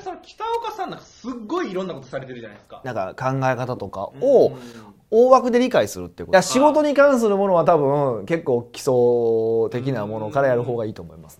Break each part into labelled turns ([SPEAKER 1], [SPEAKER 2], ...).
[SPEAKER 1] さん、北岡さんなんかすっごいいろんなことされてるじゃないですか。
[SPEAKER 2] なんか考え方とか
[SPEAKER 1] う
[SPEAKER 2] を
[SPEAKER 1] ん
[SPEAKER 2] 大枠で理解するっていうこといや仕事に関するものは多分結構基礎的なものからやる方がいいと思います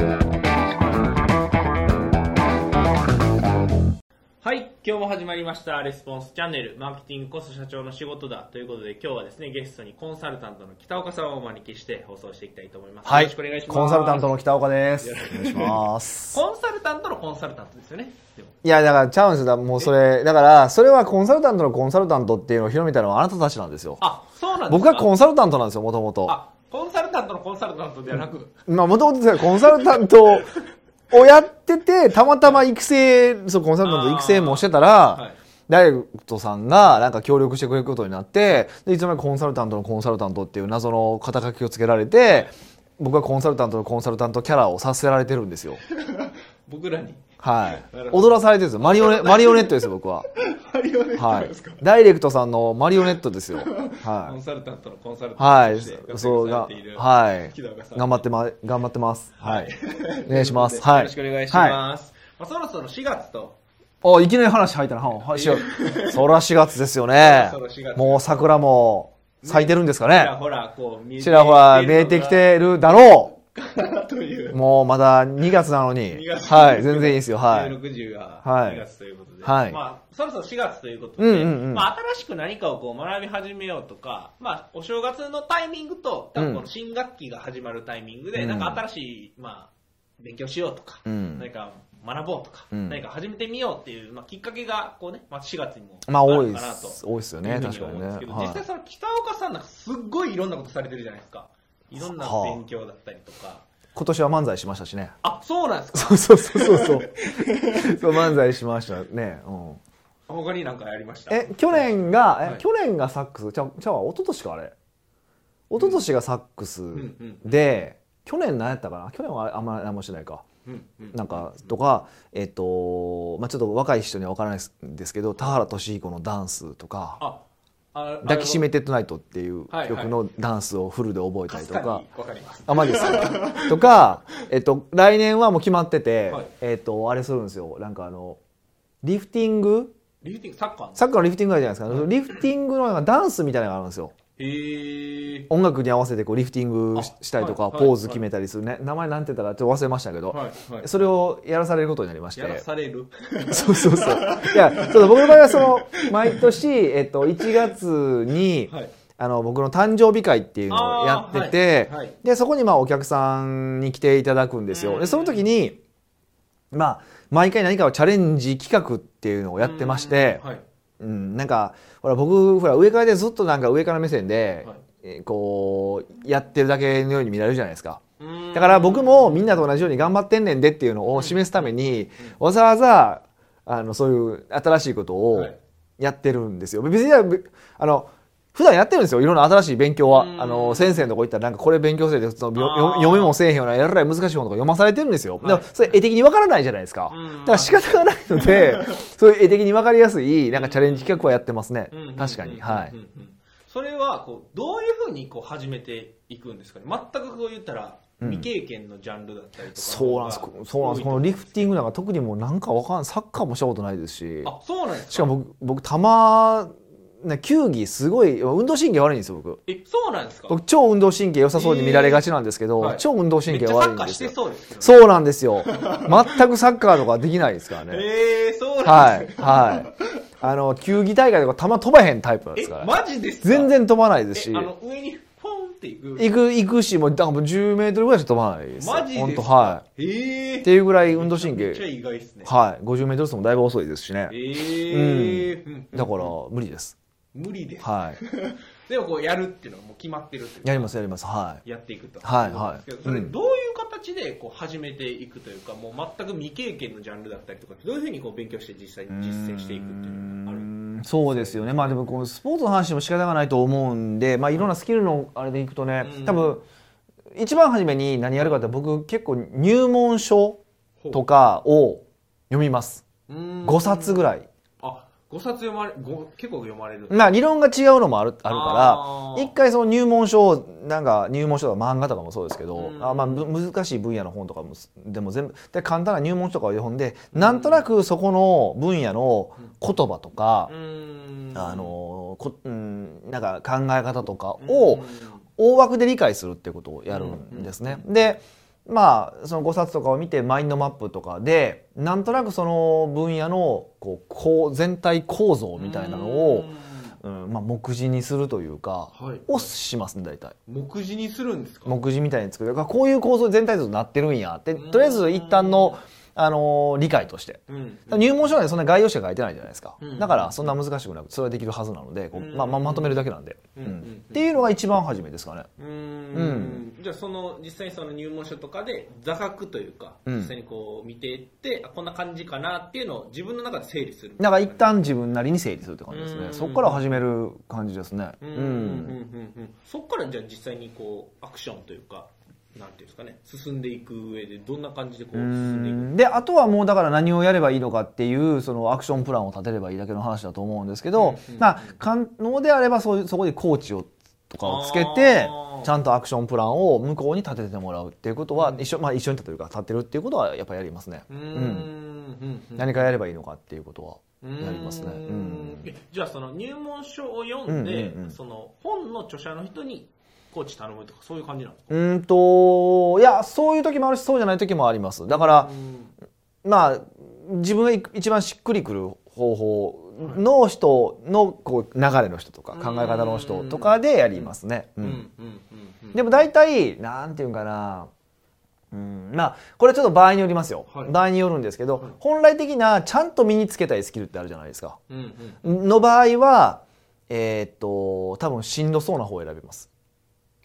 [SPEAKER 1] はい、今日も始まりました、レスポンスチャンネル、マーケティングこそ社長の仕事だということで、今日はですね、ゲストにコンサルタントの北岡さんをお招きして放送していきたいと思います。
[SPEAKER 2] はい
[SPEAKER 1] よろしくお願いします。
[SPEAKER 2] コンサルタントの北岡です
[SPEAKER 1] よろし
[SPEAKER 2] お願いします
[SPEAKER 1] コンサルタントのコンサルタントですよね。でも
[SPEAKER 2] いやだからチャンスだもうそれだからそれはコンサルタントのコンサルタントっていうのを広めたのはあなたたちなんですよ
[SPEAKER 1] あ、そうなんです
[SPEAKER 2] 僕
[SPEAKER 1] か
[SPEAKER 2] はコンサルタントなんですよもともと
[SPEAKER 1] あ、コンサルタントのコンサルタントではなく、
[SPEAKER 2] まあ、もともとコンサルタントをやってて、たまたま育成、そう、コンサルタントの育成もしてたら、
[SPEAKER 1] はい
[SPEAKER 2] ダイレクトさんがなんか協力してくれることになって、でいつの間にかコンサルタントのコンサルタントっていう謎の肩書きをつけられて、僕はコンサルタントのコンサルタントキャラをさせられてるんですよ。
[SPEAKER 1] 僕らに。
[SPEAKER 2] はい
[SPEAKER 1] なる。ほ
[SPEAKER 2] 踊らされてるんですよ。マリ オネマリオネットですよ、僕は。はい。ダイレクトさんのマリオネットですよ。
[SPEAKER 1] コ
[SPEAKER 2] は
[SPEAKER 1] ンサルタントのコンサル
[SPEAKER 2] い。は
[SPEAKER 1] タント
[SPEAKER 2] い
[SPEAKER 1] として。活
[SPEAKER 2] そう
[SPEAKER 1] 躍さ
[SPEAKER 2] が
[SPEAKER 1] れてい、る
[SPEAKER 2] はい
[SPEAKER 1] 北岡さ。ん
[SPEAKER 2] 頑張ってま、頑張ってます。はい。お願いします。
[SPEAKER 1] と
[SPEAKER 2] はい。
[SPEAKER 1] いうことでよろしくお
[SPEAKER 2] は
[SPEAKER 1] 願いします。まあ、そろそろ4月と、
[SPEAKER 2] あ、いきなり話入ったな。はんはい、しよう。 そら4月ですよね
[SPEAKER 1] そら4月。
[SPEAKER 2] もう桜も咲いてるんですか
[SPEAKER 1] ちら
[SPEAKER 2] ね。
[SPEAKER 1] ほら、こう、見え
[SPEAKER 2] ちらほら見えてきてるだろ
[SPEAKER 1] る。という
[SPEAKER 2] う。。もうまだ2月なのに
[SPEAKER 1] 2。月
[SPEAKER 2] はい、全然いいですよ。 は。
[SPEAKER 1] はいい、60が
[SPEAKER 2] はい
[SPEAKER 1] 2月ということで、
[SPEAKER 2] はい
[SPEAKER 1] まあ、そろそろ4月ということで、
[SPEAKER 2] うんうんうん
[SPEAKER 1] まあ、新しく何かをこう学び始めようとか、まあ、お正月のタイミングと、多分この新学期が始まるタイミングで、
[SPEAKER 2] うん
[SPEAKER 1] なんか新しい、まあ、勉強しようとか、
[SPEAKER 2] うん
[SPEAKER 1] 何か学ぼうとか、
[SPEAKER 2] うん
[SPEAKER 1] 何か始めてみようっていう、まあ、きっかけがこう、ねまあ、4月にも
[SPEAKER 2] まあ
[SPEAKER 1] る
[SPEAKER 2] 多い
[SPEAKER 1] か
[SPEAKER 2] で
[SPEAKER 1] なと
[SPEAKER 2] す。多いですよ
[SPEAKER 1] い
[SPEAKER 2] ね、
[SPEAKER 1] うふう
[SPEAKER 2] 確か
[SPEAKER 1] 思
[SPEAKER 2] に
[SPEAKER 1] うん
[SPEAKER 2] ね
[SPEAKER 1] ですけ。ど、実
[SPEAKER 2] は
[SPEAKER 1] 際
[SPEAKER 2] い
[SPEAKER 1] その北岡さんなんかすっごいいろんなことされてるじゃないですか。いろんな
[SPEAKER 2] はあ
[SPEAKER 1] 勉強だったりとか。
[SPEAKER 2] 今年は漫才しましたしね。
[SPEAKER 1] あ、そうなんですか
[SPEAKER 2] そうそう そうそう。そう漫才しましたね。うん
[SPEAKER 1] 他になんかやりました
[SPEAKER 2] え、去年が、
[SPEAKER 1] は
[SPEAKER 2] え、
[SPEAKER 1] い
[SPEAKER 2] 去年がサックス、ちゃう、ちゃうわ、一昨年かあれ。一昨年がサックス
[SPEAKER 1] んうん
[SPEAKER 2] で、去年何やったかな去年はあんまり何もしてないか。
[SPEAKER 1] うんうん
[SPEAKER 2] なんかとか、えっとまあ、ちょっと若い人には分からないですけど田原俊彦のダンスとか
[SPEAKER 1] ああ
[SPEAKER 2] 「抱きし
[SPEAKER 1] め
[SPEAKER 2] めてトゥナイト」ってい
[SPEAKER 1] は
[SPEAKER 2] う
[SPEAKER 1] いはい
[SPEAKER 2] 曲のダンスをフルで覚えた
[SPEAKER 1] か
[SPEAKER 2] り
[SPEAKER 1] す
[SPEAKER 2] と
[SPEAKER 1] か
[SPEAKER 2] か。
[SPEAKER 1] にわかります。
[SPEAKER 2] あマジですか とか、えっと、来年はもう決まってて、
[SPEAKER 1] はい
[SPEAKER 2] えっと、あれするんですよなんかあのリフティング
[SPEAKER 1] リフティングサッカーの。
[SPEAKER 2] サッカーのリフティングあるじゃないですかリフティングのなんかダンスみたいなのがあるんですよ
[SPEAKER 1] えー、
[SPEAKER 2] 音楽に合わせてこうリフティングし
[SPEAKER 1] あ
[SPEAKER 2] したりと
[SPEAKER 1] は
[SPEAKER 2] か、
[SPEAKER 1] い
[SPEAKER 2] ポーズ決めたりするね、名前なんて言ったかちょっと忘れましたけど、
[SPEAKER 1] はいはい。
[SPEAKER 2] それをやらされることになりまして
[SPEAKER 1] やらされる。
[SPEAKER 2] そうそうそう。いや、ちょっと僕の場合はその、毎年、えっと、1月に、
[SPEAKER 1] はい。
[SPEAKER 2] あの、僕の誕生日会っていうのをやってて、
[SPEAKER 1] あーはいはい
[SPEAKER 2] で、そこにまあお客さんに来ていただくんです
[SPEAKER 1] う
[SPEAKER 2] よ。
[SPEAKER 1] ん
[SPEAKER 2] で、その時に、まあ、毎回何かをチャレンジ企画っていうのをやってまして、
[SPEAKER 1] はい。
[SPEAKER 2] うん、なんか、ほら、僕、ほら、上からでずっとなんか上から目線で、
[SPEAKER 1] はい
[SPEAKER 2] えーこう、やってるだけのように見られるじゃないですか。
[SPEAKER 1] うーん
[SPEAKER 2] だから僕もみんなと同じように頑張ってんねんでっていうのを示すために、わざわざ、あの、そういう新しいことを
[SPEAKER 1] はい
[SPEAKER 2] やってるんですよ。別に、あの、普段やってるんですよ。いろんな新しい勉強は
[SPEAKER 1] う。ん
[SPEAKER 2] あの、先生のとこ行ったらなんかこれ勉強せえで普通のよ
[SPEAKER 1] あー
[SPEAKER 2] よ読めもせえへんような、やらない難しい本とか読まされてるんですよ。
[SPEAKER 1] い
[SPEAKER 2] でもそれ絵的にわからないじゃないですか
[SPEAKER 1] うん。
[SPEAKER 2] だから仕方がないので、 そういう絵的にわかりやすい、なんかチャレンジ企画はやってますね
[SPEAKER 1] うんうんうんうん。
[SPEAKER 2] 確かに。はい
[SPEAKER 1] うん。うんそれはこうどういうふうにこう始めていくんですかね。全くこう言ったら未経験のジャンルだったりとか。
[SPEAKER 2] そうなんです。そうなんです。このリフティングなんか特にもうなんかわかんない。サッカーもしたことないですし。
[SPEAKER 1] あ、そうなんですか。
[SPEAKER 2] しかも僕、僕、たま、ね、球技すごい、運動神経悪いんですよ、僕。
[SPEAKER 1] え、そうなんですか。
[SPEAKER 2] 僕、超運動神経良さそうに見られがちなんですけど、
[SPEAKER 1] えーはい
[SPEAKER 2] 超運動神経
[SPEAKER 1] めっちゃサ
[SPEAKER 2] 悪い
[SPEAKER 1] ッ
[SPEAKER 2] ん
[SPEAKER 1] カー
[SPEAKER 2] で
[SPEAKER 1] し
[SPEAKER 2] す
[SPEAKER 1] て
[SPEAKER 2] よ。
[SPEAKER 1] そうですけど。
[SPEAKER 2] そうなんですよ。全くサッカーとかできないですからね。
[SPEAKER 1] えー、そうな
[SPEAKER 2] は
[SPEAKER 1] ん
[SPEAKER 2] い
[SPEAKER 1] です、か。
[SPEAKER 2] はい。あの、球技大会とか球飛ばへんタイプなんですから
[SPEAKER 1] え、
[SPEAKER 2] ね、
[SPEAKER 1] マジですか。
[SPEAKER 2] 全然飛ばないです
[SPEAKER 1] え
[SPEAKER 2] し、
[SPEAKER 1] あの上にポンっていく
[SPEAKER 2] 行く、行くし、もう、だからもう10メートルぐらいしか飛ばないですよ。
[SPEAKER 1] マジ
[SPEAKER 2] ほ
[SPEAKER 1] で
[SPEAKER 2] ん
[SPEAKER 1] す
[SPEAKER 2] と、
[SPEAKER 1] か
[SPEAKER 2] は
[SPEAKER 1] えー
[SPEAKER 2] い。っていうぐらい運動神
[SPEAKER 1] めっちゃ
[SPEAKER 2] 経、
[SPEAKER 1] 意外ですね
[SPEAKER 2] はい。50メートル走もだいぶ遅いですしね。
[SPEAKER 1] えーうん
[SPEAKER 2] だから、無理です。
[SPEAKER 1] 無理です
[SPEAKER 2] はい。
[SPEAKER 1] でもこうやるっていうのはもう決まってるっていうか
[SPEAKER 2] やります、やります。はい。
[SPEAKER 1] やっていくと
[SPEAKER 2] はいはい
[SPEAKER 1] とうことですけどそれ
[SPEAKER 2] うん
[SPEAKER 1] どういう形でこう始めていくというかもう全く未経験のジャンルだったりとかどういうふうにこう勉強して実際に実践していくっていうのがある
[SPEAKER 2] そうですよね、まあ、でもこのスポーツの話も仕方がないと思うんで、まあ、いろんなスキルのあれでいくとね、
[SPEAKER 1] うん
[SPEAKER 2] 多分一番初めに何やるかって僕結構入門書とかを読みます
[SPEAKER 1] うーん
[SPEAKER 2] 5冊ぐらい
[SPEAKER 1] あ5冊読まれ、ご結構読まれる。
[SPEAKER 2] まあ理論が違うのもあるある
[SPEAKER 1] あ
[SPEAKER 2] か
[SPEAKER 1] ー
[SPEAKER 2] ら一回その入門書をなんか入門書とか漫画とかもそうですけど、
[SPEAKER 1] うん
[SPEAKER 2] あまあ、ぶ難しい分野の本とかもすでも全部で簡単な入門書とかを読んでなんとなくそこの分野の言葉とか
[SPEAKER 1] う、ーん。
[SPEAKER 2] あのこうん、なんか考え方とか
[SPEAKER 1] うん、
[SPEAKER 2] を大枠で理解するってことをやるんですね。でまあその5冊とかを見てマインドマップとかでなんとなくその分野のこうこう全体構造みたいなのを
[SPEAKER 1] う、
[SPEAKER 2] うんまあ、目次にするというか、
[SPEAKER 1] ーん。はい。
[SPEAKER 2] をしますね大体。
[SPEAKER 1] 目次にするんですか
[SPEAKER 2] 目次みたいに作るこういう構造全体像になってるんやって
[SPEAKER 1] うん
[SPEAKER 2] とりあえず一旦の、あのー理解として。
[SPEAKER 1] うん。
[SPEAKER 2] 入門書なんでそんな概要しか書いてないじゃないですか、
[SPEAKER 1] うん
[SPEAKER 2] だからそんな難しくなくそれはできるはずなので、こう
[SPEAKER 1] うん
[SPEAKER 2] まあ、まあまとめるだけなんで、
[SPEAKER 1] うん
[SPEAKER 2] うんっていうのが一番初めですかね
[SPEAKER 1] うーん
[SPEAKER 2] うん
[SPEAKER 1] じゃあその実際にその入門書とかで座学というか、
[SPEAKER 2] うん
[SPEAKER 1] 実際にこう見ていってあこんな感じかなっていうのを自分の中で整理する
[SPEAKER 2] なんか一旦自分なりに整理するって感じです
[SPEAKER 1] う
[SPEAKER 2] ね
[SPEAKER 1] ん
[SPEAKER 2] そこから始める感じですねう
[SPEAKER 1] うんうんうん
[SPEAKER 2] ん
[SPEAKER 1] うんうんそこからじゃあ実際にこうアクションというかなんていうんですかね進んでいく上でどんな感じでこう進んでいくんで
[SPEAKER 2] であとはもうだから何をやればいいのかっていうそのアクションプランを立てればいいだけの話だと思うんですけど、
[SPEAKER 1] うん
[SPEAKER 2] まあ可能であればそういうそこでコーチをとかをつけて
[SPEAKER 1] あー
[SPEAKER 2] ちゃんとアクションプランを向こうに立ててもらうっていうことは一緒,、まあ、一緒に立てるか立てるっていうことはやっぱりやりますね、
[SPEAKER 1] すかうんうんうん
[SPEAKER 2] 何かやればいいのかっていうことはやりますね
[SPEAKER 1] うーん
[SPEAKER 2] うん
[SPEAKER 1] えじゃあその入門書を読んで、
[SPEAKER 2] うんうんうん
[SPEAKER 1] その本の著者の人にコーチ頼むとかそういう感じなんですか
[SPEAKER 2] うーんといやそういう時もあるしそうじゃない時もありますだから、まあ自分がい一番しっくりくる方法の人のこう流れの人とか
[SPEAKER 1] うん
[SPEAKER 2] 考え方の人とかでやりますね、
[SPEAKER 1] う
[SPEAKER 2] うんん
[SPEAKER 1] うんうんうん
[SPEAKER 2] でも大体なんていうんかなうんまあこれはちょっと場合によりますよ、
[SPEAKER 1] はい
[SPEAKER 2] 場合によるんですけど、
[SPEAKER 1] はい
[SPEAKER 2] 本来的なちゃんと身につけたいスキルってあるじゃないですか
[SPEAKER 1] うんうん
[SPEAKER 2] の場合はえーっと多分しんどそうな方を選びます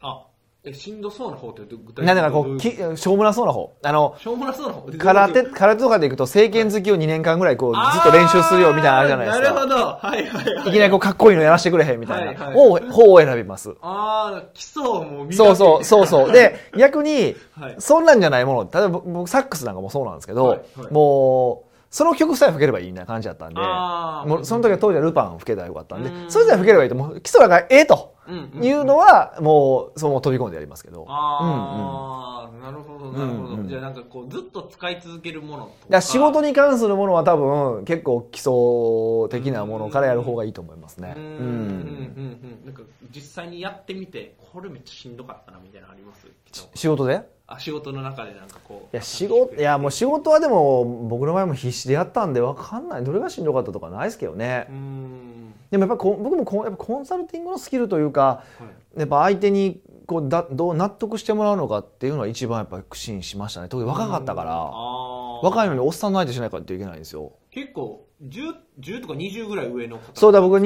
[SPEAKER 1] あえしんどそうな方って具体的
[SPEAKER 2] なんだかこ
[SPEAKER 1] ど
[SPEAKER 2] う
[SPEAKER 1] い
[SPEAKER 2] きしょうもなそうな方あの
[SPEAKER 1] しょうもなそうな方
[SPEAKER 2] 空手
[SPEAKER 1] ずっ
[SPEAKER 2] 空手とかでいくと正拳突きを2年間ぐらいこうずっと練習するよみたいなのあるじゃないですか
[SPEAKER 1] なるほどはいはいはい
[SPEAKER 2] いきなりこうかっこいいのやらせてくれへんみたい
[SPEAKER 1] は
[SPEAKER 2] な、
[SPEAKER 1] いはい
[SPEAKER 2] を方を選びます。
[SPEAKER 1] ああ基礎をもう見
[SPEAKER 2] そうそう、そうそう。で、逆に、
[SPEAKER 1] はい
[SPEAKER 2] そんなんじゃないもの、例えば僕、サックスなんかもそうなんですけど、
[SPEAKER 1] はいはい
[SPEAKER 2] もう、その曲さえ吹ければいいみたいな感じだったんで、
[SPEAKER 1] あー
[SPEAKER 2] もうその時は当時はルパンを吹けたらよかったんで
[SPEAKER 1] う、ん
[SPEAKER 2] それさえ吹ければいいと、もう基礎がええと
[SPEAKER 1] うんうん
[SPEAKER 2] いうのは、もう、その飛び込んでやりますけど。うんうん
[SPEAKER 1] ああ、なるほどなるほど、
[SPEAKER 2] うんうん
[SPEAKER 1] じゃあなんかこうずっと使い続けるものと
[SPEAKER 2] だか
[SPEAKER 1] から
[SPEAKER 2] 仕事に関するものは多分結構基礎的なものからやる方がいいと思いますね。
[SPEAKER 1] うんうん
[SPEAKER 2] うん
[SPEAKER 1] うんうんなんか実際にやってみてこれめっちゃしんどかったなみたいなのありますきっと
[SPEAKER 2] 仕事で
[SPEAKER 1] あ仕事の中でなんかこう
[SPEAKER 2] いや仕事いやもう仕事はでも僕の前も必死でやったんで分かんないどれがしんどかったとかないですけどね
[SPEAKER 1] うーん
[SPEAKER 2] でもやっぱこ僕もこうやっぱコンサルティングのスキルというか
[SPEAKER 1] はい
[SPEAKER 2] やっぱ相手にこうだどう納得してもらうのかっていうのは一番やっぱ苦心しましたね特に若かったから
[SPEAKER 1] あー
[SPEAKER 2] 若いのにおっさんの相手しないからといけないんですよ
[SPEAKER 1] 結構 10, 10とか20ぐらい上の方
[SPEAKER 2] そうだ僕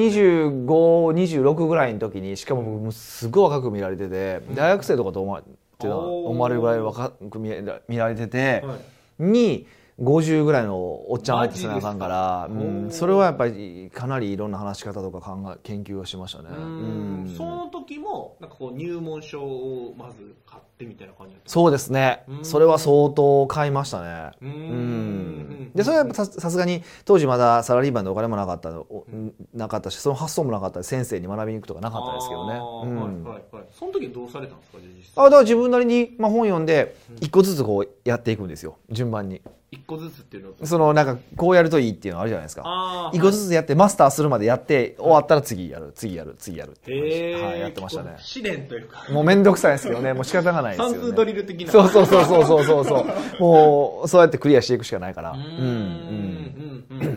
[SPEAKER 2] 2526ぐらいの時にしかも僕もすごい若く見られてて大学生とかと思わってた
[SPEAKER 1] おー
[SPEAKER 2] 思われるぐらい若く見ら見られてて、
[SPEAKER 1] はい
[SPEAKER 2] に50ぐらいのおっちゃん相手せなあかんから、
[SPEAKER 1] マジですか
[SPEAKER 2] う
[SPEAKER 1] おー
[SPEAKER 2] ん、それはやっぱりかなりいろんな話し方とか考え研究をしましたね。
[SPEAKER 1] うー
[SPEAKER 2] うんん
[SPEAKER 1] その時もなんかこう入門書をまず買ってみたいな感じだった
[SPEAKER 2] そうですね
[SPEAKER 1] う。ん
[SPEAKER 2] それは相当買いましたね。
[SPEAKER 1] うーん
[SPEAKER 2] うんでそれはやっぱささすがに当時まだサラリーマンでお金もなかったのおなかったしその発想もなかったし先生に学びに行くとかなかったですけどね
[SPEAKER 1] あー
[SPEAKER 2] うん。
[SPEAKER 1] はいはいはいその時どうされたんですかじゃあ実
[SPEAKER 2] あ
[SPEAKER 1] 際
[SPEAKER 2] だから自分なりに、まあ、本読んで一個ずつこうやっていくんですよ順番に
[SPEAKER 1] 一個ずつっていうのは
[SPEAKER 2] そのなんかこうやるといいっていうのあるじゃないですか
[SPEAKER 1] あー
[SPEAKER 2] 一個ずつやってマスターするまでやって終わったら次やる次やる次やるって感じ
[SPEAKER 1] へー
[SPEAKER 2] はい、やってましたね
[SPEAKER 1] こう試練というか
[SPEAKER 2] もうめんどくさいですけどねもう仕方がないですよ、
[SPEAKER 1] 算
[SPEAKER 2] ね、
[SPEAKER 1] 数ドリル的な
[SPEAKER 2] そうそうそうそうそうそうそうもうそうやってクリアしていくしかないから
[SPEAKER 1] う
[SPEAKER 2] う
[SPEAKER 1] ー
[SPEAKER 2] ん
[SPEAKER 1] んうんうんうんうん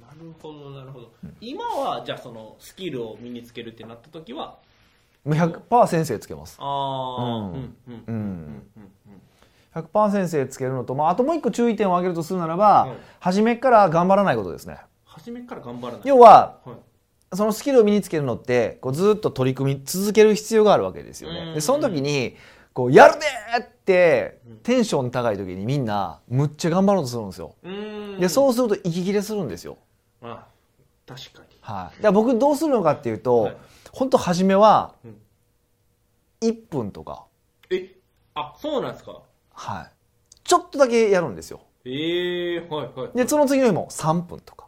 [SPEAKER 1] なるほどなるほど今はじゃあそのスキルを身につけるってなった時は
[SPEAKER 2] うん100%先生つけます
[SPEAKER 1] ああ
[SPEAKER 2] うん
[SPEAKER 1] うんうん
[SPEAKER 2] う
[SPEAKER 1] うん
[SPEAKER 2] ん
[SPEAKER 1] うんうん
[SPEAKER 2] 100%先生つけるのと、まあ、あともう一個注意点を挙げるとするならば、
[SPEAKER 1] はい
[SPEAKER 2] 初めから頑張らないことですね
[SPEAKER 1] 初めから頑張らない
[SPEAKER 2] 要は
[SPEAKER 1] はい
[SPEAKER 2] そのスキルを身につけるのってこうずっと取り組み続ける必要があるわけですよ
[SPEAKER 1] うん
[SPEAKER 2] ね。でその時にこうやるねーってテンション高い時にみんなむっちゃ頑張ろうとするんですよ。
[SPEAKER 1] うーん
[SPEAKER 2] でそうすると息切れするんですよ。
[SPEAKER 1] あ確かに
[SPEAKER 2] はい、だから僕どうするのかっていう
[SPEAKER 1] は
[SPEAKER 2] と
[SPEAKER 1] い
[SPEAKER 2] 本当初めは
[SPEAKER 1] うん
[SPEAKER 2] 1分とか、
[SPEAKER 1] えあそうなんですか
[SPEAKER 2] はい、ちょっとだけやるんですよ。
[SPEAKER 1] ええはいはい
[SPEAKER 2] でその次の日も3分とか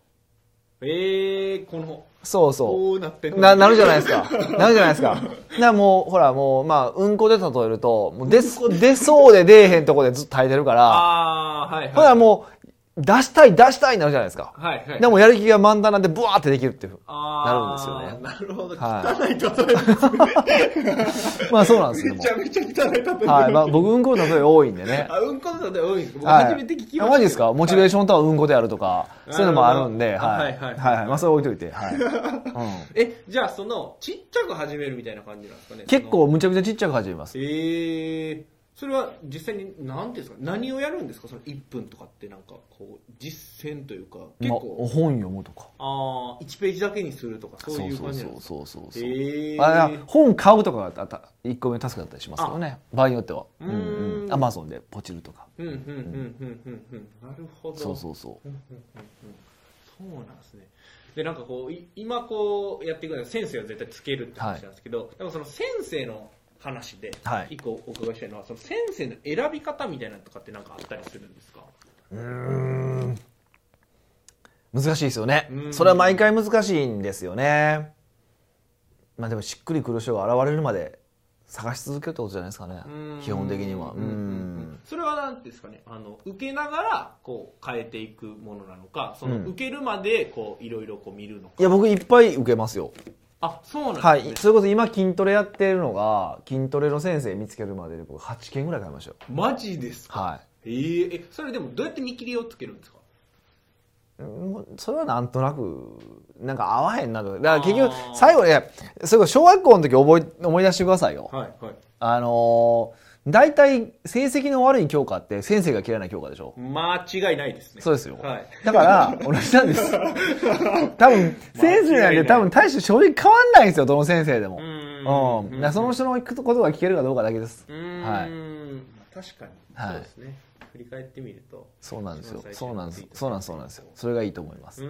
[SPEAKER 1] えー、この、
[SPEAKER 2] そうそう。
[SPEAKER 1] こうなってんの
[SPEAKER 2] な、なるじゃないですか。なるじゃないですか。な、もう、ほら、もう、まあ、うんこで例えると、もう出す、出そうで出えへんとこでずっと耐えてるから、
[SPEAKER 1] あー、はいはい。
[SPEAKER 2] ほら、もう、出したい、出したいになるじゃないですか。
[SPEAKER 1] はいはい。
[SPEAKER 2] でも、やる気が満タンなんで、ブワーってできるっていう。
[SPEAKER 1] あー
[SPEAKER 2] なるん
[SPEAKER 1] なるほど。
[SPEAKER 2] は
[SPEAKER 1] 汚い例えですね。
[SPEAKER 2] まあ、そうなんですよ、
[SPEAKER 1] め
[SPEAKER 2] も
[SPEAKER 1] ちゃめちゃ汚い例えです
[SPEAKER 2] う。はい。まあ、僕、うんこの例え多いんでね。
[SPEAKER 1] あ、うんこの例え多いんですか僕
[SPEAKER 2] はい
[SPEAKER 1] 初めて聞きましたけど。
[SPEAKER 2] あマジですかモチベーションとはうんこであるとか、
[SPEAKER 1] い
[SPEAKER 2] そういうのもあるんで、
[SPEAKER 1] あ
[SPEAKER 2] はい。
[SPEAKER 1] はいはい
[SPEAKER 2] はいはいまあ、それ置いといて。 はい。うん
[SPEAKER 1] え、じゃあその、ちっちゃく始めるみたいな感じなんですかね
[SPEAKER 2] 結。構、むちゃくちゃちっちゃく始めます
[SPEAKER 1] そ。のえー、それは実際に、なんていうんですか、何をやるんですかその1分とかってなんか、こう、実践というか、結
[SPEAKER 2] まあ、
[SPEAKER 1] 構、
[SPEAKER 2] 本読むとか。
[SPEAKER 1] あー、1ページだけにするとか、そういう感じなんですか
[SPEAKER 2] そうそうそうそうそう
[SPEAKER 1] えー、
[SPEAKER 2] あいや本買うとかがたた1個目のタスクだったりしますけどね場合によっては
[SPEAKER 1] うーん
[SPEAKER 2] アマゾンでポチるとか
[SPEAKER 1] うんうんうんうんうんうんなるほど
[SPEAKER 2] そうそうそう
[SPEAKER 1] うんうんうんうんそうなんですねでなんかこうい今こうやっていくのは先生は絶対つけるって話なんですけど、なんかその先生の話で
[SPEAKER 2] はい
[SPEAKER 1] 一個お伺いしたいのは、その先生の選び方みたいなのとかってなんかあったりするんですか
[SPEAKER 2] 難しいですよね
[SPEAKER 1] うん
[SPEAKER 2] それは毎回難しいんですよねまあでもしっくりくる人が現れるまで探し続けるってことじゃないですかね基本的には
[SPEAKER 1] う
[SPEAKER 2] うん
[SPEAKER 1] うんうんうん
[SPEAKER 2] ん
[SPEAKER 1] それはなんていうんですかねあの受けながらこう変えていくものなのかその
[SPEAKER 2] うん
[SPEAKER 1] 受けるまでこういろいろこう見るのか、
[SPEAKER 2] いや僕いっぱい受けますよ
[SPEAKER 1] あそうなんですね、
[SPEAKER 2] はいそれこそ今筋トレやってるのが筋トレの先生見つけるまでに僕8件ぐらい買いましたよ
[SPEAKER 1] マジですか
[SPEAKER 2] はい
[SPEAKER 1] えー、えそれでもどうやって見切りをつけるんですか
[SPEAKER 2] うんそれはなんとなくなんか合わへんなとだから結局
[SPEAKER 1] あー
[SPEAKER 2] 最後ねそれこそ小学校の時覚え思い出してくださいよ、
[SPEAKER 1] はいはい
[SPEAKER 2] あのー大体成績の悪い教科って先生が嫌いな教科でしょ、
[SPEAKER 1] 間違いないですね。
[SPEAKER 2] そうですよ、
[SPEAKER 1] はい。
[SPEAKER 2] だから同じなんです 多分先生な
[SPEAKER 1] 間
[SPEAKER 2] ん
[SPEAKER 1] 違いな
[SPEAKER 2] て
[SPEAKER 1] い
[SPEAKER 2] 多分大して正直変わんないんですよどの先生でも
[SPEAKER 1] うー
[SPEAKER 2] うんんだからその人のことが聞けるかどうかだけです
[SPEAKER 1] うーん。
[SPEAKER 2] はい
[SPEAKER 1] 確かに。
[SPEAKER 2] はい
[SPEAKER 1] そうですね。振り返ってみると。
[SPEAKER 2] そうなんですよ
[SPEAKER 1] 一番最初
[SPEAKER 2] そうなんです
[SPEAKER 1] について
[SPEAKER 2] そうなんですそうなんですよそれがいいと思います
[SPEAKER 1] うー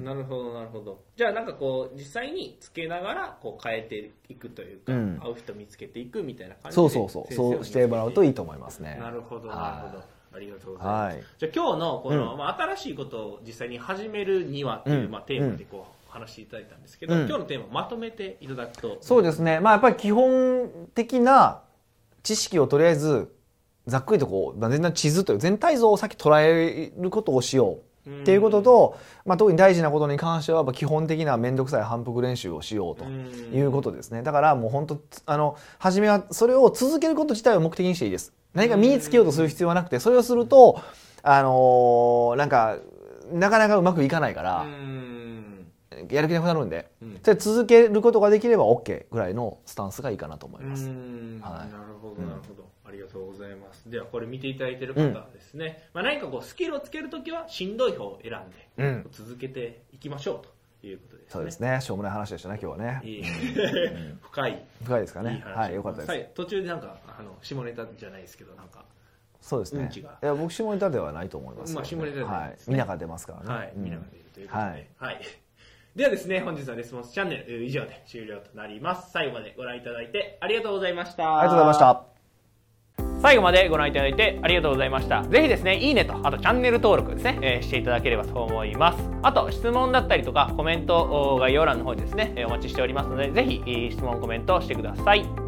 [SPEAKER 1] ん、なるほど、なるほど。じゃあなんかこう、実際につけながら、こう変えていくというか、
[SPEAKER 2] うん
[SPEAKER 1] 会う人見つけていくみたいな感じで。
[SPEAKER 2] そうそうそう
[SPEAKER 1] 先生
[SPEAKER 2] そ
[SPEAKER 1] を
[SPEAKER 2] うしてもらうといいと思います
[SPEAKER 1] 見つけ
[SPEAKER 2] ね
[SPEAKER 1] てなるほど、なるほど。ありがとうございます。
[SPEAKER 2] はい
[SPEAKER 1] じゃあ今日のこの、
[SPEAKER 2] う
[SPEAKER 1] まあ、新しいことを実際に始めるにはっていう、
[SPEAKER 2] うん
[SPEAKER 1] まあ、テーマでこう、話していただいたんですけど、
[SPEAKER 2] うん
[SPEAKER 1] 今日のテーマをまとめていただくと。
[SPEAKER 2] そうですね、まあ、やっぱり基本的な知識をとりあえずざっくりとこう、まあ、全体の地図という全体像を先捉えることをしようっていうことと、まあ、特に大事なことに関してはやっぱ基本的な面倒くさい反復練習をしようと
[SPEAKER 1] うん
[SPEAKER 2] いうことですねだからもう本当あの初めはそれを続けること自体を目的にしていいです何か身につけようとする必要はなくてそれをするとあのーなんかなかなかうまくいかないか
[SPEAKER 1] うー
[SPEAKER 2] ら
[SPEAKER 1] ん
[SPEAKER 2] やる気なくなるんで。
[SPEAKER 1] うん
[SPEAKER 2] それ続けることができれば OK ぐらいのスタンスがいいかなと思います。
[SPEAKER 1] うーん
[SPEAKER 2] はい
[SPEAKER 1] なるほどなるほど、ありがとうございますではこれ見ていただいている方はですね、まあ、何かこうスキルをつけるときはしんどい方を選んで、
[SPEAKER 2] うん
[SPEAKER 1] 続けていきましょうということですね
[SPEAKER 2] そうですね。しょうもない話でしたね、今日はね。
[SPEAKER 1] いい 深い
[SPEAKER 2] 深いですか
[SPEAKER 1] いい
[SPEAKER 2] ね。
[SPEAKER 1] 話
[SPEAKER 2] はい、よかったです。
[SPEAKER 1] 最後途中でなんかあの下ネタじゃないですけどなんか
[SPEAKER 2] そうです
[SPEAKER 1] うん
[SPEAKER 2] ね。
[SPEAKER 1] ち
[SPEAKER 2] い
[SPEAKER 1] が
[SPEAKER 2] や、僕、下ネタではないと思いますよ。
[SPEAKER 1] まあ下ネタではな
[SPEAKER 2] はいい
[SPEAKER 1] で。すね
[SPEAKER 2] 皆が出ますからね。
[SPEAKER 1] はい、
[SPEAKER 2] うん
[SPEAKER 1] 見ながらいるということで、は
[SPEAKER 2] はい
[SPEAKER 1] い。ではですね、本日のレスポンスチャンネルえー以上で終了となります。最後までご覧いただいてありがとうございました。
[SPEAKER 2] ありがとうございまし。た。
[SPEAKER 1] 最後までご覧いただいてありがとうございました。ぜひですね、いいねと、あとチャンネル登録ですね、えーしていただければと思います。あと、質問だったりとか、コメントお概要欄の方にですね、えーお待ちしておりますので、ぜひ、えー質問、コメントしてください。